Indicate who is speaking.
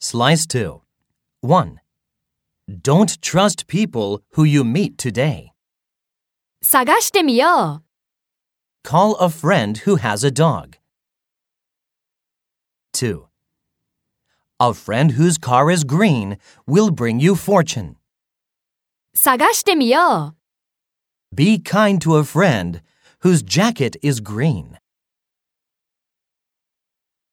Speaker 1: Slice 2. 1. Don't trust people who you meet today.
Speaker 2: 探してみよ
Speaker 1: Call a friend who has a dog. 2. A friend whose car is green will bring you fortune.
Speaker 2: う探してみよう
Speaker 1: Be kind to a friend whose jacket is green.